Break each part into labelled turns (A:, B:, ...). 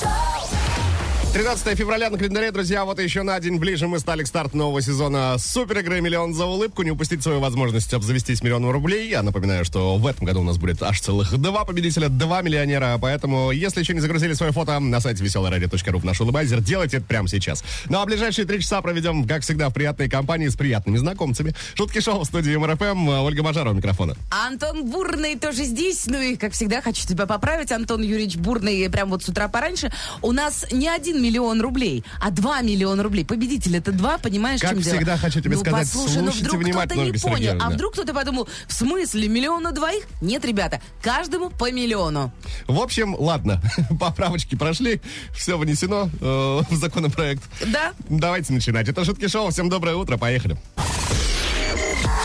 A: шоу,
B: 13 февраля на календаре, друзья, вот еще на день ближе мы стали к старту нового сезона супер игры «Миллион за улыбку». Не упустить свою возможность обзавестись миллионом рублей. Я напоминаю, что в этом году у нас будет аж целых два победителя, два миллионера. Поэтому, если еще не загрузили свое фото на сайте веселорадио.ру в наш улыбайзер, делайте это прямо сейчас. Ну а ближайшие три часа проведем, как всегда, в приятной компании с приятными знакомцами. Шутки шоу в студии МРФМ. Ольга Мажарова у микрофона.
C: Антон Бурный тоже здесь. Ну и, как всегда, хочу тебя поправить, Антон Юрьевич Бурный, прям вот с утра пораньше. У нас не один миллион рублей, а два миллиона рублей. Победитель это два, понимаешь,
B: Как
C: в чем дело?
B: всегда, хочу тебе
C: Ну,
B: сказать,
C: послушай, ну
B: слушайте
C: вдруг кто-то
B: внимательно,
C: не
B: Ольга
C: понял, а
B: Сергеевна.
C: вдруг кто-то подумал, в смысле, миллион на двоих? Нет, ребята, каждому по миллиону.
B: В общем, ладно, поправочки прошли, все внесено э, в законопроект.
C: Да?
B: Давайте начинать. Это «Шутки шоу». Всем доброе утро. Поехали.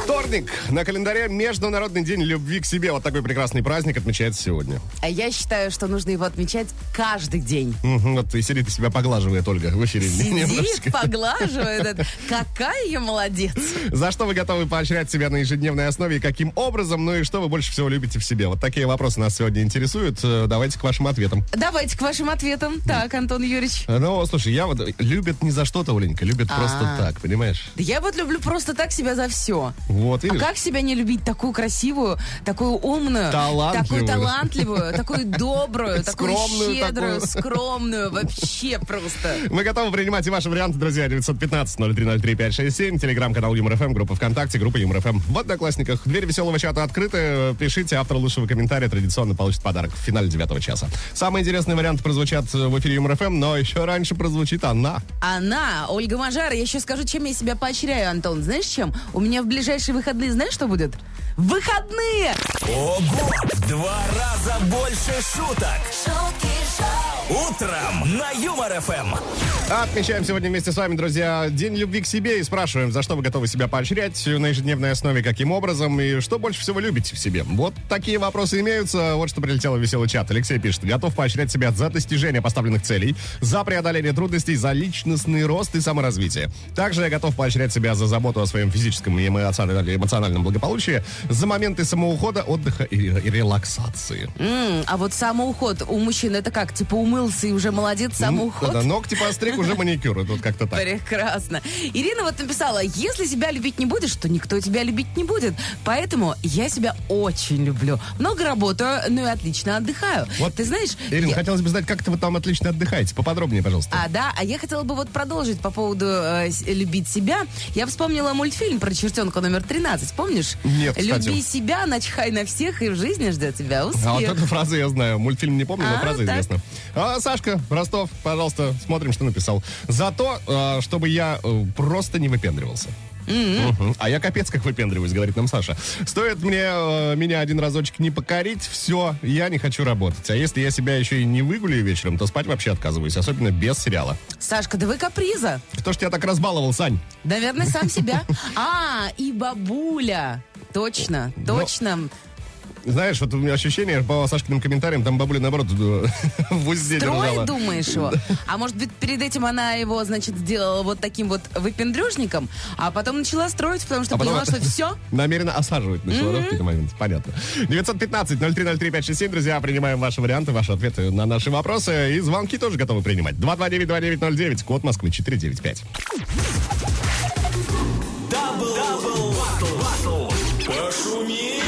B: Вторник. На календаре Международный день любви к себе. Вот такой прекрасный праздник отмечается сегодня.
C: А я считаю, что нужно его отмечать каждый день.
B: Мгм, вот и сидит и себя поглаживает Ольга в эфире.
C: Сидит,
B: Немножечко.
C: поглаживает. это. Какая я молодец.
B: За что вы готовы поощрять себя на ежедневной основе и каким образом? Ну и что вы больше всего любите в себе? Вот такие вопросы нас сегодня интересуют. Э, Давайте к вашим ответам.
C: Давайте к вашим ответам. Так, Антон Юрьевич.
B: Э, Ну, слушай, я вот... Любят не за что-то, Оленька, любят просто
C: А.
B: так, понимаешь?
C: Да я вот люблю просто так себя за все.
B: Вот,
C: А
B: видишь?
C: как себя не любить? Такую красивую, такую умную,
B: Талантливую.
C: такую талантливую, такую добрую, такую
B: Скромную
C: щедрую,
B: такую.
C: скромную, вообще просто.
B: Мы готовы принимать и ваши варианты, друзья. 915-0303-567, телеграм-канал ЮморФМ, группа ВКонтакте, группа ЮморФМ в Одноклассниках. Дверь веселого чата открыта. Пишите, автор лучшего комментария традиционно получит подарок в финале девятого часа. Самые интересные варианты прозвучат в эфире ЮморФМ, но еще раньше прозвучит она.
C: Она, Ольга Мажара, я еще скажу, чем я себя поощряю, Антон. Знаешь, чем? У меня в ближайшие выходные, знаешь, что будет? Выходные!
D: Ого! В два раза больше шуток.
A: шутки шоу,
D: Утром на Юмор Эм. ФМ.
B: Отмечаем сегодня вместе с вами, друзья, День любви к себе и спрашиваем, за что вы готовы себя поощрять на ежедневной основе, каким образом и что больше всего любите в себе. Вот такие вопросы имеются. Вот что прилетело в веселый чат. Алексей пишет, готов поощрять себя за достижение поставленных целей, за преодоление трудностей, за личностный рост и саморазвитие. Также я готов поощрять себя за заботу о своем физическом и эмоциональном эмоциональном благополучии, за моменты самоухода, отдыха и, и релаксации.
C: М, а вот самоуход у мужчин это как? Типа умылся и уже молодец,
B: Ну,
C: самоуход?
B: Да-да, ногти постриг, уже маникюр. Тут как-то так.
C: Прекрасно. Ирина вот написала, если себя любить не будешь, то никто тебя любить не будет. Поэтому я себя очень люблю. Много работаю, ну и отлично отдыхаю.
B: Вот,
C: Ты знаешь...
B: Ирина,
C: я-
B: хотелось бы знать, как ты вы там отлично отдыхаете. Поподробнее, пожалуйста.
C: А, да, а я хотела бы вот продолжить по поводу э, с- «Любить себя». Я вспомнила мультфильм про чертенка номер 13, помнишь?
B: Нет, кстати.
C: «Люби себя, начхай на всех, и в жизни ждет тебя успех».
B: А вот эту фразу я знаю. Мультфильм не помню, но
C: А,
B: фраза
C: так.
B: известна. А, Сашка, Ростов, пожалуйста, смотрим, что написал. За то, э, чтобы я э, просто не выпендривался.
C: М-м.
B: Мгм. А я капец как выпендриваюсь, говорит нам Саша. Стоит мне э, меня один разочек не покорить, все, я не хочу работать. А если я себя еще и не выгуляю вечером, то спать вообще отказываюсь, особенно без сериала.
C: Сашка, да вы каприза.
B: Кто ж тебя так разбаловал, Сань?
C: Наверное, сам себя. А, и бабуля. Точно,
B: Ну,
C: точно.
B: Знаешь, вот у меня ощущение по Сашкиным комментариям, там бабуля, наоборот, э, в узде держала.
C: Трое, думаешь его? А может быть, перед этим она его, значит, сделала вот таким вот выпендрежником, а потом начала строить, потому что
B: А потом
C: поняла, что все.
B: Намеренно осаживать начала, да, в какие-то моменты. Понятно. 915-0303-567, друзья, принимаем ваши варианты, ваши ответы на наши вопросы. И звонки тоже готовы принимать. 229-2909, код Москвы 495.
D: Дабл, дабл, батл, батл. Пошуми.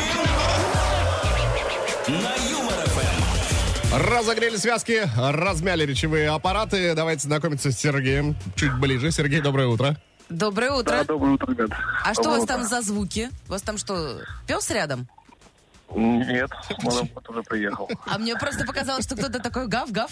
D: На Юмор Эм. ФМ.
B: Разогрели связки, размяли речевые аппараты. Давайте знакомиться с Сергеем чуть ближе. Сергей, доброе утро.
C: Доброе
E: Да,
C: утро.
E: доброе утро, ребят.
C: А что у
E: Доброе
C: вас там
E: утро.
C: за звуки? У вас там что, пес рядом?
E: Нет, на работу уже приехал.
C: А мне просто показалось, что кто-то такой гав-гав.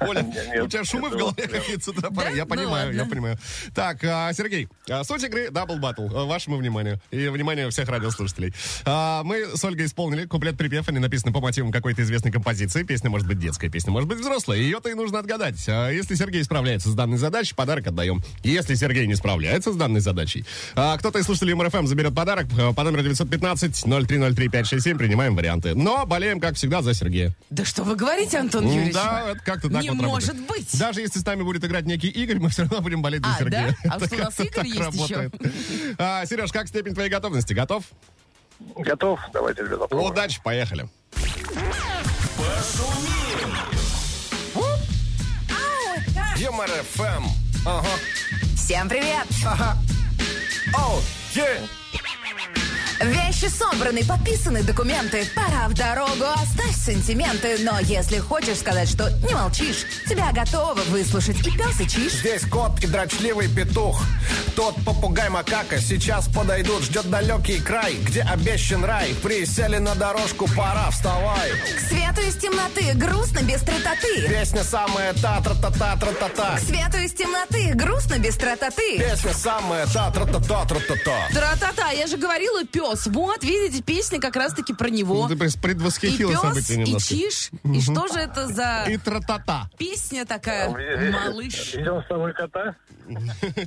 B: Оля,
E: Нет,
B: у тебя шумы в
E: это
B: голове
E: вот прям-
B: какие-то с утра пора.
C: Да?
B: Я
C: Ну
B: понимаю, я
C: ладно.
B: понимаю. Так, а, Сергей, а, суть игры Double Battle. А, Вашему вниманию. И вниманию всех радиослушателей. А, Мы с Ольгой исполнили куплет-припев. Они написаны по мотивам какой-то известной композиции. Песня может быть детская, песня может быть взрослая. Ее-то и нужно отгадать. А Если Сергей справляется с данной задачей, подарок отдаем. Если Сергей не справляется с данной задачей, а, кто-то из слушателей МРФМ заберет подарок а, по номеру 915-0303-567. Принимаем варианты. Но болеем, как всегда, за Сергея.
C: Да что вы говорите, Антон
B: Ну
C: Юрьевич?
B: Да, это как-то так
C: Не
B: вот работает.
C: может быть.
B: Даже если с нами будет играть некий Игорь, мы все равно будем болеть за
C: А,
B: Сергея.
C: да? А
B: Это
C: что, у нас
B: как-то
C: Игорь
B: так
C: есть
B: работает. А, Сереж, как степень твоей готовности? Готов?
E: Готов? Давайте, ребята, попробуем.
B: Удачи, поехали.
D: Юмор ФМ. Ага.
F: Всем привет!
D: Оу, е.
F: Вещи собраны, подписаны документы. Пора в дорогу, оставь сантименты. Но если хочешь сказать, что не молчишь, тебя готовы выслушать и пес, и чиш.
D: Здесь кот и дрочливый петух. Тот попугай макака сейчас подойдут. Ждет далекий край, где обещан рай. Присели на дорожку, пора, вставай.
F: К свету из темноты, грустно без трототы.
D: Песня самая та тра та та тра та та
F: К свету из темноты, грустно без трототы.
D: Песня самая та тра та та тра та та
C: Тра-та-та, я же говорила, пес. Вот, видите, песня как раз-таки про него.
B: Ну, Ты пред-
C: И
B: предвосхитила
C: пес,
B: события
C: и
B: немножко.
C: чиш. И что же это за
B: И тра-та-та.
C: песня такая? Малыш.
E: Видел с тобой кота?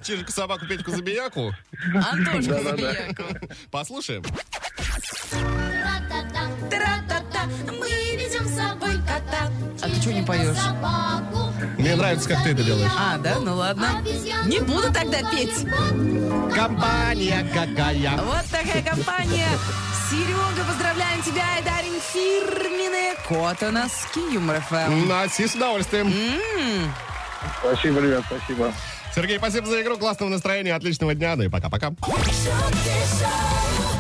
B: Чижика, собаку, Петьку, забияку.
C: Антошка Забияко.
B: Послушаем.
A: Тра-та-та,
C: Тра-та-та,
A: мы везем с собой кота.
C: А ты чё не поёшь?
A: Собаку.
B: Мне нравится, как ты это делаешь.
C: А, да? Ну ладно.
A: Обезьяна
C: Не буду тогда петь.
B: Компания какая.
C: Вот такая компания. Серега, поздравляем тебя и дарим фирменные кота-носки Юмор Эм. ФМ.
B: Носи с удовольствием.
E: Спасибо, ребят, спасибо.
B: Сергей, спасибо за игру, классного настроения, отличного дня, ну и пока-пока.
A: Шутки шоу.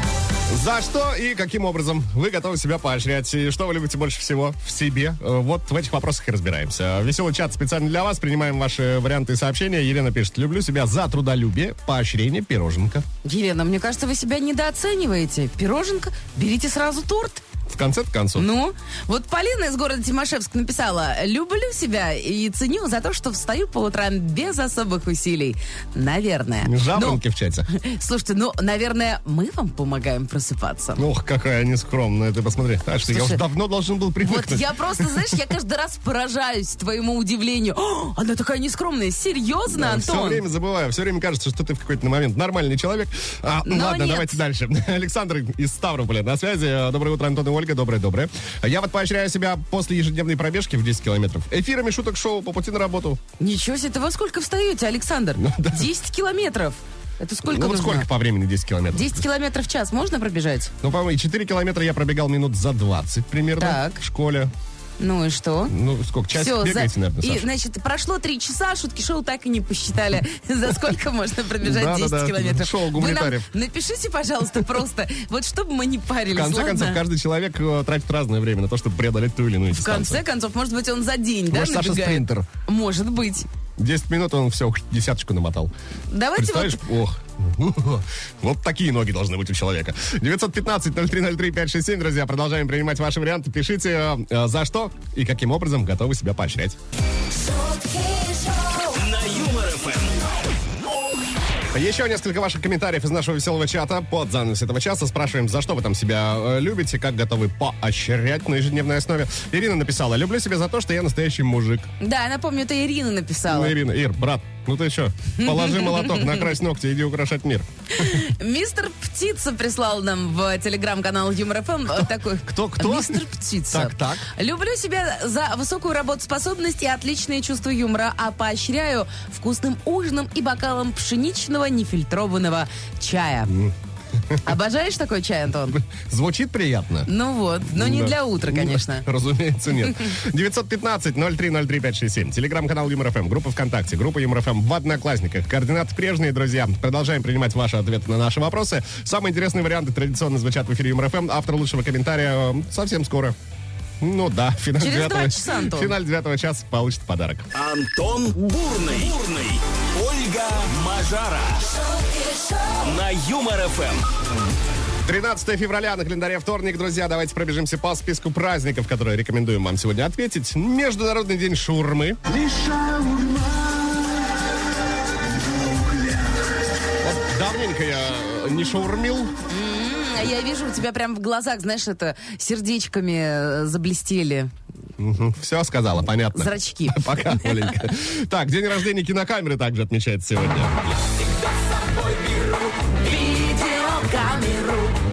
B: За что и каким образом вы готовы себя поощрять? И что вы любите больше всего в себе? Э, Вот в этих вопросах и разбираемся. Веселый чат специально для вас. Принимаем ваши варианты и сообщения. Елена пишет, люблю себя за трудолюбие, поощрение, пироженка.
C: Елена, мне кажется, вы себя недооцениваете. Пироженка, берите сразу торт.
B: В конце концов.
C: Ну, вот Полина из города Тимошевск написала, люблю себя и ценю за то, что встаю по утрам без особых усилий. Наверное.
B: Жаворонки в чате.
C: Ну, слушайте, ну, наверное, мы вам помогаем просыпаться.
B: Ох, какая они скромная, ты посмотри. А что, я
C: Слушай,
B: уже давно должен был
C: Вот
B: привыкнуть.
C: я просто, знаешь, я каждый раз поражаюсь твоему удивлению. «О, она такая нескромная. Серьезно,
B: Все
C: Антон?
B: время забываю, все время кажется, что ты в какой-то момент нормальный человек. А, ну
C: Но
B: ладно,
C: нет.
B: давайте дальше. Александр из Ставрополя на связи. А, Доброе утро, Антон и Ольга. Доброе-доброе. Я вот поощряю себя после ежедневной пробежки в 10 километров. Эфирами шуток шоу по пути на работу.
C: Ничего себе, это во сколько встаете, Александр?
B: Ну, да.
C: 10 километров. Это сколько
B: ну вот
C: нужно?
B: сколько по времени 10 километров?
C: 10 километров в час можно пробежать?
B: Ну, по-моему, 4 километра я пробегал минут за 20 примерно
C: Так.
B: в школе.
C: Ну и что?
B: Ну, сколько? Час
C: Всё,
B: бегаете,
C: за-
B: наверное,
C: И,
B: Саша?
C: значит, прошло три часа, шутки шоу так и не посчитали, за сколько можно пробежать
B: Да-да-да,
C: 10 километров.
B: шоу
C: Вы нам
B: гуманитариев.
C: Напишите, пожалуйста, просто, вот чтобы мы не
B: В
C: парились,
B: конце
C: ну, ладно?
B: концов, каждый человек э, тратит разное время на то, чтобы преодолеть ту или иную
C: В конце
B: дистанцию.
C: концов, может быть, он за день, да,
B: Может, Саша
C: набегает?
B: спринтер.
C: Может быть.
B: 10 минут он все, десяточку намотал.
C: Давайте А вот
B: Представляешь? Ох. Вот такие ноги должны быть у человека. 915-0303-567, друзья, продолжаем принимать ваши варианты. Пишите, э, за что и каким образом готовы себя поощрять.
A: Шутки шоу.
D: На Юмор Эм. ФМ.
B: Еще несколько ваших комментариев из нашего веселого чата под занавес этого часа. Спрашиваем, за что вы там себя э, любите, как готовы поощрять на ежедневной основе. Ирина написала, люблю себя за то, что я настоящий мужик.
C: Да, напомню, это Ирина написала.
B: Ну, Ирина, Ир, брат, ну ты что, положи молоток, накрась ногти, иди украшать мир.
C: Мистер Птица прислал нам в телеграм-канал Юмор ФМ э, такой...
B: кто- кто?
C: Мистер Птица.
B: Так, так.
C: Люблю себя за высокую работоспособность и отличное чувство юмора, а поощряю вкусным ужином и бокалом пшеничного нефильтрованного чая. Обожаешь такой чай, Антон?
B: Звучит приятно?
C: Ну вот, но не
B: Да.
C: для утра,
B: Ну,
C: конечно.
B: Разумеется, нет. 915-0303-567. Телеграм-канал Юмор ФМ. Группа ВКонтакте. Группа Юмор ФМ в Одноклассниках. Координаты прежние, друзья. Продолжаем принимать ваши ответы на наши вопросы. Самые интересные варианты традиционно звучат в эфире Юмор ФМ. Автор лучшего комментария э, совсем скоро. Ну да, финал
C: Через два
B: девятого-
C: часа, Антон.
B: Финаль девятого часа получит подарок.
D: Антон Бурный. Бурный. Ольга Мажара.
A: Шутки шоу.
D: Эм. На Юмор ФМ.
B: 13 февраля на календаре вторник, друзья. Давайте пробежимся по списку праздников, которые рекомендуем вам сегодня ответить. Международный день шурмы. Вот давненько я э, не шаурмил.
C: А я вижу, у тебя прям в глазах, знаешь, это сердечками э, заблестели
B: Все сказала, понятно.
C: зрачки.
B: Пока, Оленька. Так, день рождения кинокамеры также отмечается сегодня.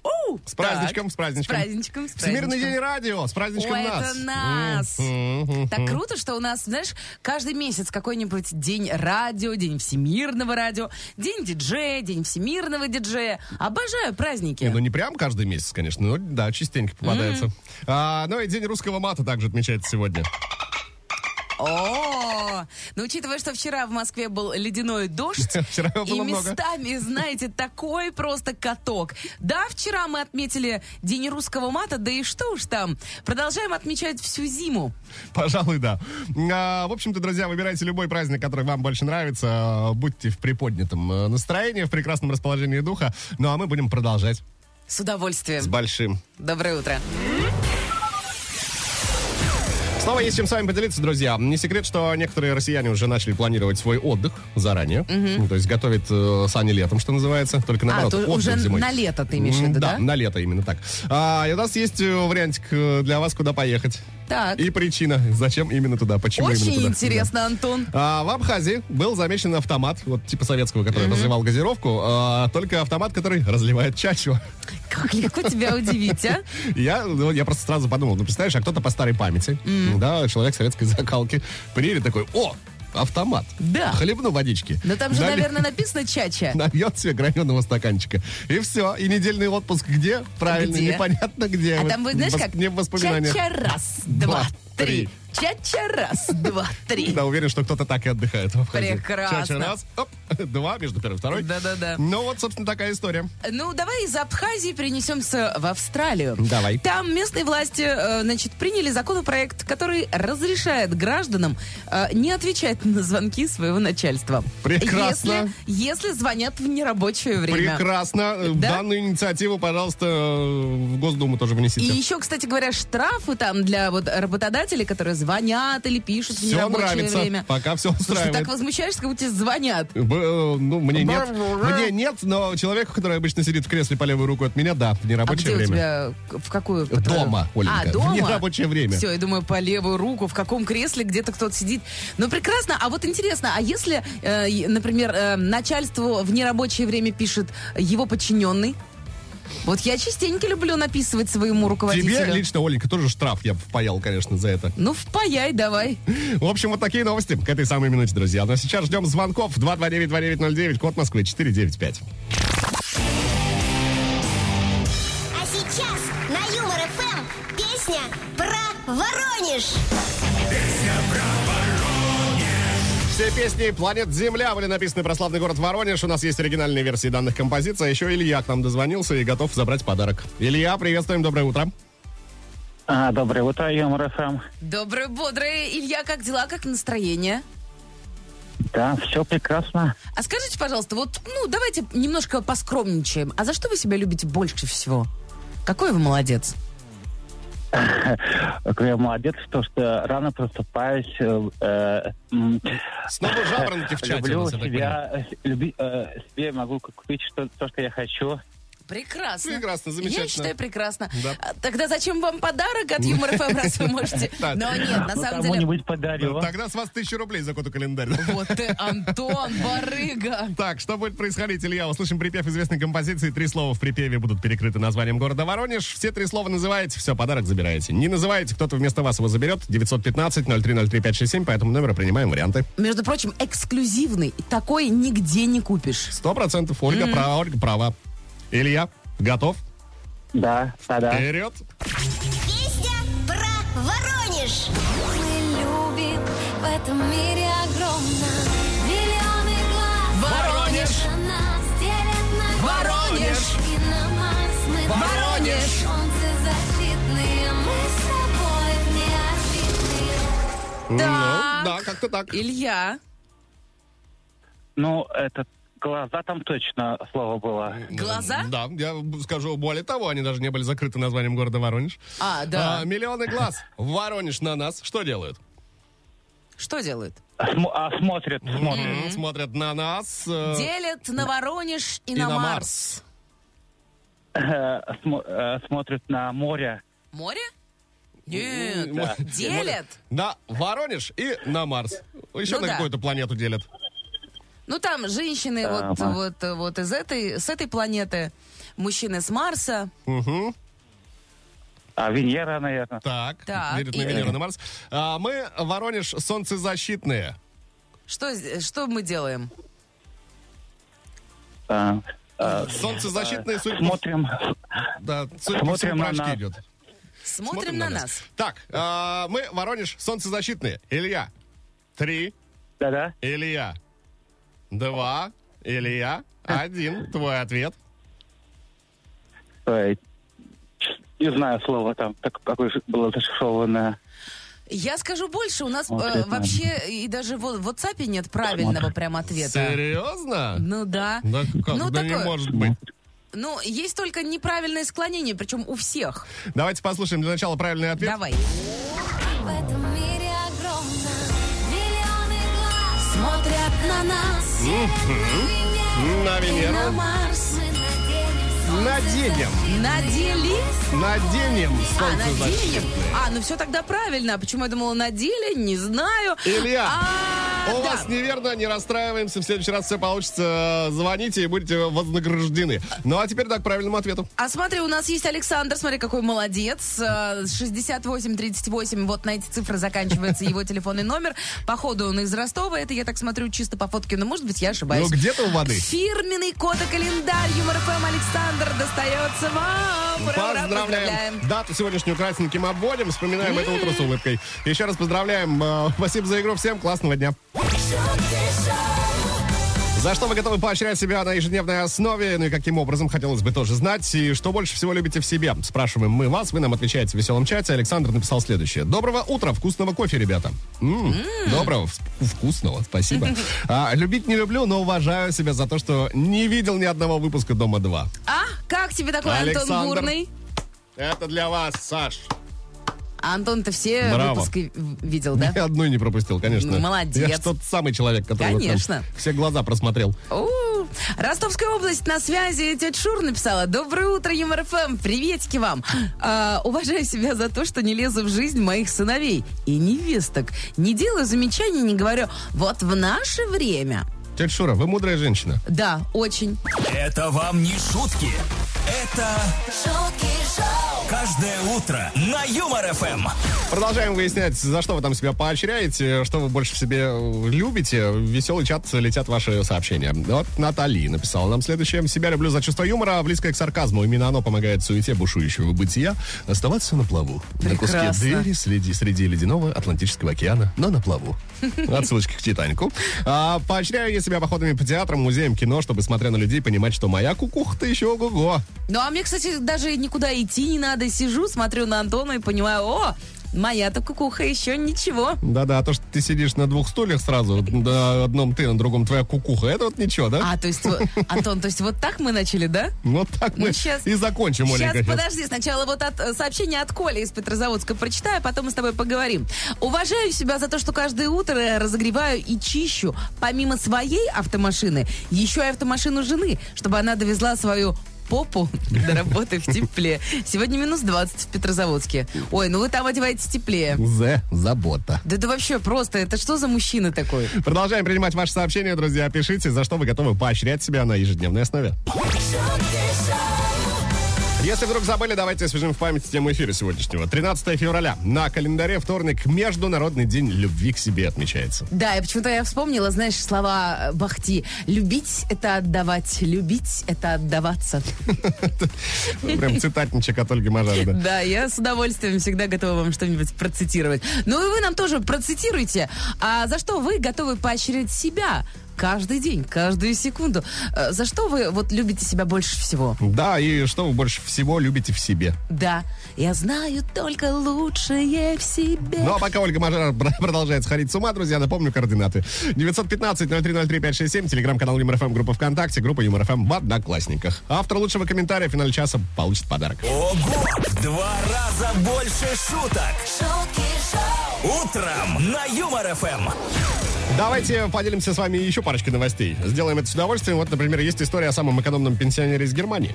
C: Оу,
B: С праздничком, с праздничком.
C: праздничком, с
B: Всемирный
C: праздничком.
B: день радио, с праздничком
C: Ой,
B: нас.
C: это нас.
B: Мгм.
C: Так круто, что у нас, знаешь, каждый месяц какой-нибудь день радио, день всемирного радио, день диджея, день всемирного диджея. Обожаю праздники.
B: Не, ну не прям каждый месяц, конечно, но да, частенько попадается. А, ну и день русского мата также отмечается сегодня.
C: О, но учитывая, что вчера в Москве был ледяной дождь,
B: Вчера его
C: и
B: было много.
C: местами, знаете, такой просто каток. Да, вчера мы отметили День русского мата, да и что уж там. Продолжаем отмечать всю зиму.
B: Пожалуй, да. А, в общем-то, друзья, выбирайте любой праздник, который вам больше нравится. А, Будьте в приподнятом э, настроении, в прекрасном расположении духа. Ну а мы будем продолжать
C: С удовольствием.
B: с большим.
C: Доброе утро.
B: Снова есть чем с вами поделиться, друзья. Не секрет, что некоторые россияне уже начали планировать свой отдых заранее. Ну, То есть готовят э, сани летом, что называется. Только наоборот,
C: А, то
B: отдых
C: уже
B: зимой.
C: на лето ты имеешь в
B: М,
C: виду,
B: да?
C: да?
B: на лето именно так. А, и у нас есть э, вариантик э, для вас, куда поехать.
C: Так.
B: И причина, зачем именно туда, почему именно
C: Очень
B: туда.
C: интересно, Антон.
B: А, в Абхазии был замечен автомат, вот типа советского, который разливал газировку, а, только автомат, который разливает чачу.
C: Как легко тебя удивить, а?
B: Я, ну, я просто сразу подумал, ну, представляешь, а кто-то по старой памяти, да, человек советской закалки, приедет такой, о, автомат.
C: Да.
B: Хлебну водички.
C: Но там же,
B: Нале-
C: наверное, написано чача.
B: Нальет себе граненого стаканчика. И все. И недельный отпуск где? Правильно,
C: Где?
B: непонятно где.
C: А
B: Вот
C: там вы знаешь
B: вос-
C: как?
B: Не в воспоминаниях.
C: Чача раз, два,
B: Два,
C: три.
B: три.
C: Чача раз, два, три.
B: Да, уверен, что кто-то так и отдыхает в Абхазии.
C: Прекрасно.
B: Чача раз, оп, два, между первым и второй.
C: Да-да-да.
B: Ну вот, собственно, такая история.
C: Ну, давай из Абхазии перенесемся в Австралию.
B: Давай.
C: Там местные власти, э, значит, приняли законопроект, который разрешает гражданам э, не отвечать на звонки своего начальства.
B: Прекрасно.
C: Если, если звонят в нерабочее время.
B: Прекрасно. Э,
C: Да?
B: Данную инициативу, пожалуйста, э, в Госдуму тоже
C: И
B: внесите.
C: еще, кстати говоря, штрафы там для вот работодателей, которые звонят или пишут в
B: Все
C: нерабочее
B: нравится.
C: время. Ну,
B: Пока все
C: Слушай, ты
B: устраивает.
C: так возмущаешься, как будто тебе звонят.
B: Б- э, Ну, мне нет. Мне нет, но человеку, который обычно сидит в кресле по левую руку от меня, да, в
C: А
B: нерабочее
C: где у
B: время.
C: тебя, к- в какую? по твоему-
B: Дома, Оленька.
C: А, дома?
B: В нерабочее время.
C: Все, я думаю, по левую руку, в каком кресле где-то кто-то сидит. Ну, прекрасно. А вот интересно, а если, э, и, например, э, начальству в нерабочее время пишет его подчиненный? Вот я частенько люблю написывать своему руководителю.
B: Тебе лично, Оленька, тоже штраф я бы впаял, конечно, за это.
C: Ну, впаяй давай.
B: В общем, вот такие новости к этой самой минуте, друзья. Но сейчас ждем звонков 229-2909, код Москвы 495.
G: А сейчас на Юмор ФМ песня про Воронеж.
B: Все песни «Планет Земля» были написаны про славный город Воронеж. У нас есть оригинальные версии данных композиций. А еще Илья к нам дозвонился и готов забрать подарок. Илья, приветствуем, доброе утро.
E: А, доброе утро, Юмор ФМ.
C: Доброе, бодрое. Илья, как дела, как настроение?
E: Да, все прекрасно.
C: А скажите, пожалуйста, вот, ну, давайте немножко поскромничаем. А за что вы себя любите больше всего? Какой вы молодец?
E: Я молодец, то, что рано просыпаюсь. э, э, м,
B: Снова жаворонки в чате. у
E: Люблю
B: нас, я так понимаю.
E: себя, э, люби- э, себе могу купить что, то, что я хочу.
C: Прекрасно.
B: Прекрасно, замечательно.
C: Я считаю, прекрасно.
B: Да.
C: А, Тогда зачем вам подарок от Юмор ФМ, раз вы можете?
B: Да.
C: Но нет, на
E: Ну,
C: самом деле...
E: кому-нибудь подарю.
B: Ну, Тогда с вас тысяча рублей за коду календарь.
C: Вот ты, Антон, барыга.
B: Так, что будет происходить, Илья? Услышим припев известной композиции. Три слова в припеве будут перекрыты названием города Воронеж. Все три слова называете, все, подарок забираете. Не называете, кто-то вместо вас его заберет. 915-0303-567, по этому номеру принимаем варианты.
C: Между прочим, эксклюзивный. и Такой нигде не купишь.
B: Сто процентов. Ольга права, Ольга права. Илья, готов?
E: Да, да, да.
B: Вперед!
G: Песня про Воронеж.
A: Мы любим в этом мире огромно Миллионы глаз
C: Воронеж!
A: За нас делят на
C: Воронеж!
A: И на Марс мы
C: Воронеж!
A: солнцезащитные Мы с тобой в неорбитные
B: Ну, да, как-то так.
C: Илья,
E: Ну, это глаза там точно слово было.
C: Глаза?
B: Да, я скажу более того, они даже не были закрыты названием города Воронеж.
C: А, да.
B: А, миллионы глаз. в Воронеж на нас. Что делают?
C: Что делают?
E: См- а смотрит, смотрит.
B: Смотрят на нас. э,
C: Делят на Воронеж и,
B: и
C: на,
B: на
C: Марс.
E: Э, смо- э, смотрит на море.
C: Море? Нет.
B: Да.
C: Делят?
B: На Воронеж и на Марс. Еще
C: Ну
B: на
C: да.
B: какую-то планету делят.
C: Ну там женщины вот,
E: Ага.
C: вот, вот из этой, с этой планеты, мужчины с Марса.
B: Мгм.
E: А Венера, наверное.
B: Так,
C: Так,
B: верят на
C: и-
B: Венеру, на Марс. А мы, Воронеж, солнцезащитные.
C: Что, з- что мы делаем?
E: Э, э,
B: Солнцезащитные, судя по,
E: смотрим.
B: да, судя по
E: смотрим
B: всему,
E: на
B: прачки
E: нас.
B: идет.
C: Смотрим, на нас.
B: Так, а, мы, Воронеж, солнцезащитные. Илья. Три.
E: Да-да.
B: Илья. Два. Илья. Один. Твой ответ.
E: Ой, Не знаю слово там, так, какое же было зашифрованное.
C: Я скажу больше, у нас э,
E: Смотрит на
C: вообще и даже в, в WhatsApp нет правильного прям ответа.
B: Серьезно?
C: Ну да.
B: Да как?
C: ну,
B: да
C: такое-
B: не может быть.
C: ну, есть только неправильное склонение, причем у всех.
B: Давайте послушаем для начала правильный ответ.
C: Давай.
A: В этом мире огромно миллионы глаз смотрят на нас. Венеру
B: На
A: и
B: Венеру.
A: на Марс мы наденем
B: Наденем.
C: Надели?
B: Наденем
C: А, надели?
B: солнцезащитные.
C: А, ну все тогда правильно. А Почему я думала надели? Не знаю.
B: Илья,
C: А,
B: У
C: да.
B: вас неверно, не расстраиваемся. В следующий раз все получится. Звоните и будете вознаграждены. Ну а теперь так, к правильному ответу.
C: А смотри, у нас есть Александр, смотри, какой молодец. Э, 6838, вот на эти цифры заканчивается его телефонный номер. Походу он из Ростова, это я так смотрю чисто по фотке, но может быть я ошибаюсь.
B: Ну где-то у воды.
C: Фирменный календарь Юмор ФМ Александр достается вам. Ура, ура,
B: Поздравляем. Дату сегодняшнюю красненьким обводим. Вспоминаем это утро с улыбкой. Еще раз поздравляем. Э, Спасибо за игру. Всем классного дня. За что вы готовы поощрять себя на ежедневной основе? Ну и каким образом, хотелось бы тоже знать. И что больше всего любите в себе? Спрашиваем мы вас, вы нам отвечаете в веселом чате. Александр написал следующее. Доброго утра, вкусного кофе, ребята. М, Доброго, вс- вкусного, спасибо. А, любить не люблю, но уважаю себя за то, что не видел ни одного выпуска «Дома-2».
C: А, как тебе такой Антон
B: Александр.
C: Бурный?
B: Это для вас, Саш.
C: Антон-то все
B: Браво.
C: выпуски в- видел, да?
B: Ни одной не пропустил, конечно.
C: Ну, молодец.
B: Я что-то самый человек, который вот там
C: Конечно.
B: все глаза просмотрел.
C: У-у. Ростовская область на связи. Тетя Шур написала. Доброе утро, Юмор ФМ. Приветики вам. А, уважаю себя за то, что не лезу в жизнь моих сыновей и невесток. Не делаю замечаний, не говорю. Вот в наше время.
B: Тетя Шура, вы мудрая женщина.
C: Да, очень.
H: Это вам не шутки. Это
A: Шутки шоу.
H: каждое утро на Юмор ФМ.
B: Продолжаем выяснять, за что вы там себя поощряете, что вы больше в себе э, любите. В веселый чат летят ваши сообщения. Вот Натали написала нам следующее. «Себя люблю за чувство юмора, близкое к сарказму. Именно оно помогает суете бушующего бытия оставаться на плаву. На
C: Прекрасно.
B: куске дыри среди, среди ледяного Атлантического океана, но на плаву». Отсылочка к «Титанику». А, поощряю я себя походами по театрам, музеям, кино, чтобы, смотря на людей, понимать, что моя кукуха-то еще ого-го.
C: Ну, а мне, кстати, даже никуда идти не надо. Сижу, смотрю на Антона и понимаю, о, моя-то кукуха еще ничего.
B: Да-да, а то, что ты сидишь на двух стульях сразу, на одном ты, на другом твоя кукуха, это вот ничего, да?
C: А, то есть, вот- Антон, то есть вот так мы начали, да?
B: Вот так
C: Ну,
B: мы
C: щас-
B: и закончим,
C: Сейчас,
B: Оленька.
C: подожди, сначала вот от, э, сообщение от Коли из Петрозаводска прочитаю, а потом мы с тобой поговорим. Уважаю себя за то, что каждое утро разогреваю и чищу, помимо своей автомашины, еще и автомашину жены, чтобы она довезла свою попу до работы в тепле. Сегодня минус 20 в Петрозаводске. Ой, ну вы там одеваетесь теплее.
B: За забота.
C: Да это вообще просто, это что за мужчина такой?
B: Продолжаем принимать ваши сообщения, друзья. Пишите, за что вы готовы поощрять себя на ежедневной основе. Если вдруг забыли, давайте освежим в памяти тему эфира сегодняшнего. 13 февраля. На календаре вторник Международный день любви к себе отмечается.
C: Да, и почему-то я вспомнила, знаешь, слова э, Бахти. Любить — это отдавать, любить — это отдаваться.
B: Прям цитатничек от Ольги Мажары. да.
C: Да, я с удовольствием всегда готова вам что-нибудь процитировать. Ну и вы нам тоже процитируйте. А за что вы готовы поощрять себя? каждый день, каждую секунду. Э, За что вы вот любите себя больше всего?
B: Да, и что вы больше всего любите в себе?
C: Да, я знаю только лучшее в себе.
B: Ну а пока Ольга Мажар бр- продолжает сходить с ума, друзья, напомню координаты. 915-0303-567, телеграм-канал ЮморФМ, группа ВКонтакте, группа ЮморФМ в Одноклассниках. Автор лучшего комментария в финале часа получит подарок.
H: Ого! В два раза больше шуток.
A: шутки шоу,
H: Утром на Юмор ФМ.
B: Давайте поделимся с вами еще парочкой новостей. Сделаем это с удовольствием. Вот, например, есть история о самом экономном пенсионере из Германии.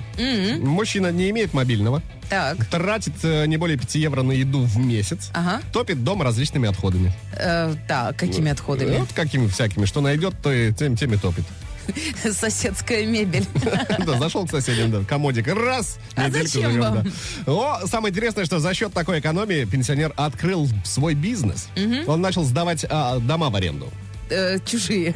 B: Мужчина не имеет мобильного,
C: Так,
B: тратит э, не более 5 евро на еду в месяц,
C: Ага.
B: топит дом различными отходами.
C: э, так, какими отходами?
B: Вот какими всякими. Что найдет, то и тем, тем и топит.
C: Соседская мебель.
B: Да, зашел к соседям, да, комодик. Раз!
C: А
B: недельку
C: зачем
B: живем,
C: вам?
B: да. О, самое интересное, что за счет такой экономии пенсионер открыл свой бизнес. Он начал сдавать а, дома в аренду.
C: Э, Чужие.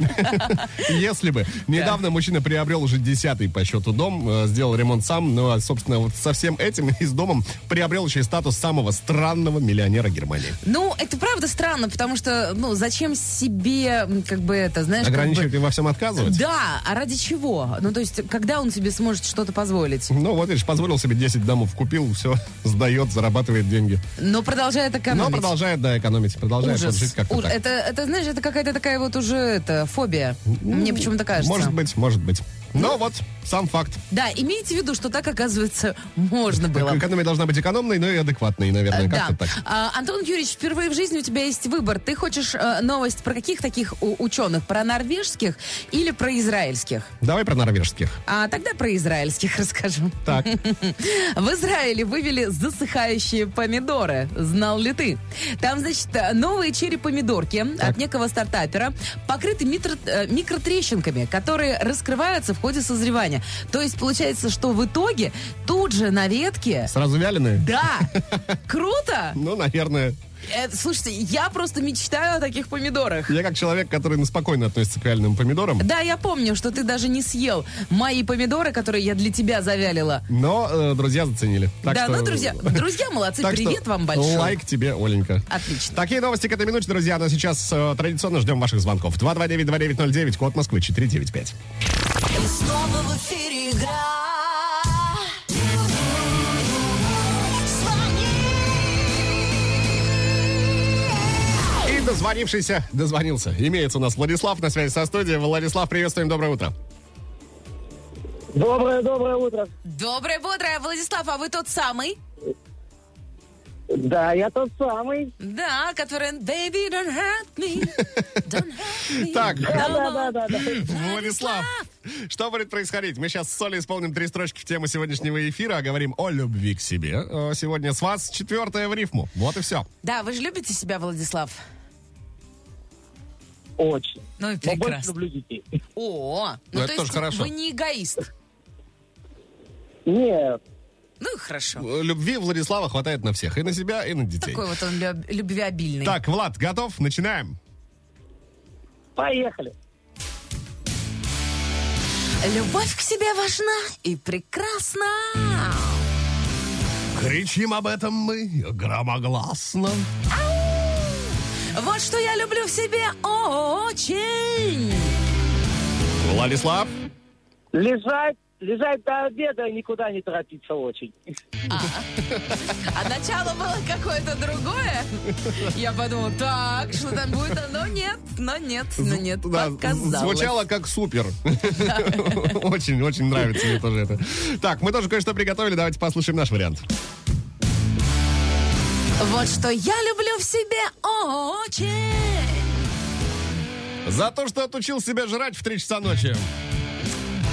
B: Если бы. Недавно мужчина приобрел уже десятый по счету дом, э, сделал ремонт сам, но, собственно, вот со всем этим и с домом приобрел еще и статус самого странного миллионера Германии.
C: Ну, это правда странно, потому что, ну, зачем себе, м, как бы это, знаешь, как бы-
B: Ограничивать и во всем отказывать?
C: Да, а ради чего? Ну, то есть, когда он себе сможет что-то позволить?
B: Ну, вот, видишь, позволил себе 10 домов, купил, все, сдает, зарабатывает деньги.
C: Но продолжает экономить.
B: Но продолжает, да, экономить, продолжает вот
C: Ужас.
B: жить как-то
C: Уж-
B: так.
C: Это, это, знаешь, это какая-то такая вот уже это, фобия. Мне почему-то кажется.
B: Ну,
C: Ну.
B: Может быть, может быть. Но вот, сам факт.
C: Да, имейте в виду, что так, оказывается, можно было.
B: Экономия должна быть экономной, но и адекватной, наверное.
C: Да.
B: Как-то так.
C: А, Антон Юрьевич, впервые в жизни у тебя есть выбор. Ты хочешь э, новость про каких таких у- ученых? Про норвежских или про израильских?
B: Давай про норвежских.
C: А тогда про израильских расскажу.
B: Так,
C: В Израиле вывели засыхающие помидоры. Знал ли ты? Там, значит, новые черри-помидорки от некого стартапера покрыты митро- э, микротрещинками, которые раскрываются в ходе созревания. То есть получается, что в итоге тут же на ветке...
B: сразу вяленые?
C: Да! Круто!
B: Ну, наверное.
C: Э, слушайте, я просто мечтаю о таких помидорах.
B: Я как человек, который ну, спокойно относится к вяленым помидорам,
C: Да, я помню, что ты даже не съел мои помидоры, которые я для тебя завялила.
B: но э, друзья заценили. Так
C: да,
B: что-
C: ну, друзья, друзья молодцы,
B: Так что
C: привет вам большой.
B: Лайк тебе, Оленька.
C: Отлично.
B: Такие новости к этой минуте, друзья. Но сейчас э, традиционно ждем ваших звонков. 229-2909, код Москвы 495.
A: и снова в эфире игра. Звони.
B: И дозвонившийся дозвонился. Имеется у нас Владислав на связи со студией. Владислав, приветствуем, доброе утро.
E: Доброе, доброе утро.
C: Доброе, бодрое, Владислав, а вы тот самый?
E: Да, я тот самый.
C: Да, который «Baby, don't hurt me, don't hurt me».
B: Так.
C: Don't
E: Да, да, да, да.
B: Владислав, что будет происходить? Мы сейчас с Солей исполним три строчки в тему сегодняшнего эфира, а говорим о любви к себе. Э, Сегодня с вас четвертая в рифму. Вот и все.
C: Да, вы же любите себя, Владислав?
E: Очень.
C: Ну и
E: Но больше
C: прекрасно.
E: люблю детей.
C: О,
B: Ну,
C: ну
B: это
C: то
B: тоже
C: есть
B: хорошо.
C: вы не эгоист.
E: Нет,
C: Ну и хорошо.
B: Э, Любви Владислава хватает на всех. И на себя, и на детей.
C: Такой вот он люб- любвеобильный.
B: Так, Влад, готов? Начинаем.
E: поехали.
C: Любовь к себе важна и прекрасна.
B: Кричим об этом мы громогласно.
C: Вот что я люблю в себе очень.
B: Владислав,
E: Лежать, лежать до обеда и никуда не торопиться очень.
C: А начало было какое-то другое. Я подумал, так, что там будет, но нет, но нет, но нет,
B: да,
C: показалось.
B: звучало как супер. Очень, очень нравится мне тоже это. Так, мы тоже кое-что приготовили. Давайте послушаем наш вариант.
C: Вот что я люблю в себе очень.
B: За то, что отучил себя жрать в 3 часа ночи.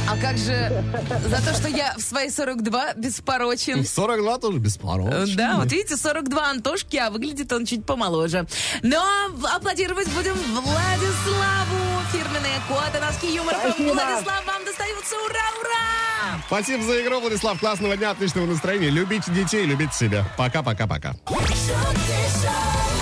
C: А как же за то, что я в свои 42
B: В
C: беспорочен?
B: 42 тоже без
C: Э,
B: паров.
C: Да, вот видите, 42 Антошки, а выглядит он чуть помоложе. Но аплодировать будем Владиславу. Фирменные коды, носки юмора.
E: Спасибо.
C: Владислав, вам достаются. Ура, ура!
B: Спасибо за игру, Владислав. Классного дня, отличного настроения. Любите детей, любите себя. Пока-пока-пока.
A: Шутки шоу,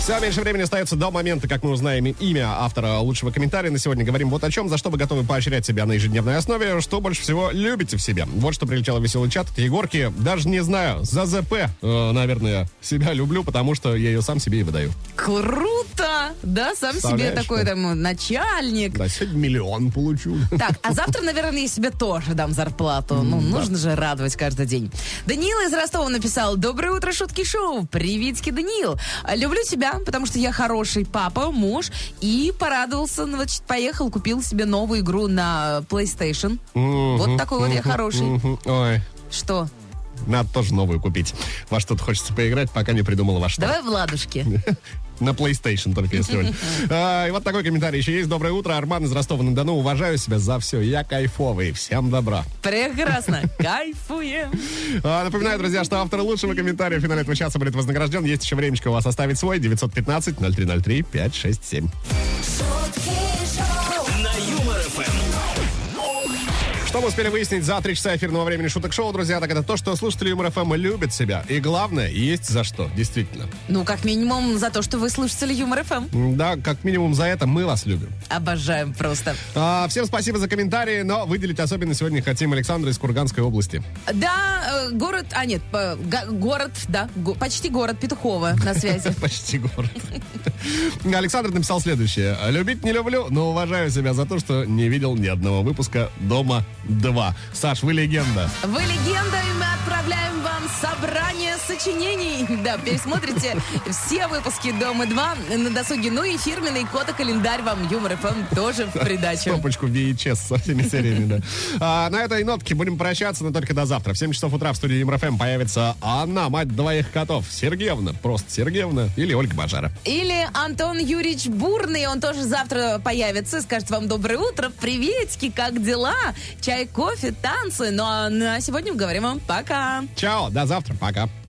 B: Все, меньше времени остается до момента, как мы узнаем имя автора лучшего комментария. На сегодня говорим вот о чем, за что вы готовы поощрять себя на ежедневной основе, что больше всего любите в себе. Вот что прилетело в веселый чат от Егорки. Даже не знаю, за ЗП, э, наверное, себя люблю, потому что я ее сам себе и выдаю.
C: Круто! Да, сам себе
B: Представляешь,
C: такой
B: да?
C: там начальник.
B: Да, сегодня миллион получу.
C: Так, а завтра, наверное, я себе тоже дам зарплату. Ну, нужно же радовать каждый день. Даниил из Ростова написал «Доброе утро, шутки шоу! Приветики, Даниил! Люблю тебя, потому что я хороший папа, муж, и порадовался, ну, значит, поехал, купил себе новую игру на PlayStation. Вот такой вот я хороший.
B: Мгм. Ой,
C: Что?
B: надо тоже новую купить. Во что-то хочется поиграть, пока не придумала во что.
C: Давай в ладушке.
B: На PlayStation только если сегодня. А, И вот такой комментарий еще есть. Доброе утро, Арман из Ростова-на-Дону. Уважаю себя за все. Я кайфовый. Всем добра.
C: Прекрасно. Кайфуем.
B: А, Напоминаю, друзья, что автор лучшего комментария в финале этого часа будет вознагражден. Есть еще времечко у вас оставить свой. 915-0303-567.
A: шутки шоу,
H: На Юмор ФМ.
B: Что мы успели выяснить за три часа эфирного времени шуток шоу, друзья, так это то, что слушатели Юмор ФМ любят себя. И главное, есть за что, действительно.
C: Ну, как минимум, за то, что вы слушатели Юмор ФМ.
B: М, Да, как минимум за это мы вас любим.
C: Обожаем просто.
B: А, всем спасибо за комментарии, но выделить особенно сегодня хотим Александра из Курганской области.
C: Да, э, город, а нет, э, го- город, да, го- почти город Петухова на связи.
B: Почти город. Александр написал следующее. Любить не люблю, но уважаю себя за то, что не видел ни одного выпуска «Дома-2». Саш, вы легенда.
C: Вы легенда, и мы отправляем вам собрание сочинений. Да, пересмотрите все выпуски «Дома-2» на досуге. Ну и фирменный кота-календарь вам Юмор ФМ тоже в придачу.
B: Стопочку VHS со всеми сериями, да. А, на этой нотке будем прощаться, но только до завтра. В 7 часов утра в студии МРФМ появится Анна, мать двоих котов. Сергеевна, просто Сергеевна или Ольга Бажара.
C: Или Антон Юрьевич Бурный, он тоже завтра появится и скажет вам «Доброе утро, приветики, как дела? ну, Чай, кофе, танцы». Ну а на сегодня мы а говорим вам пока.
B: Чао, до завтра, пока.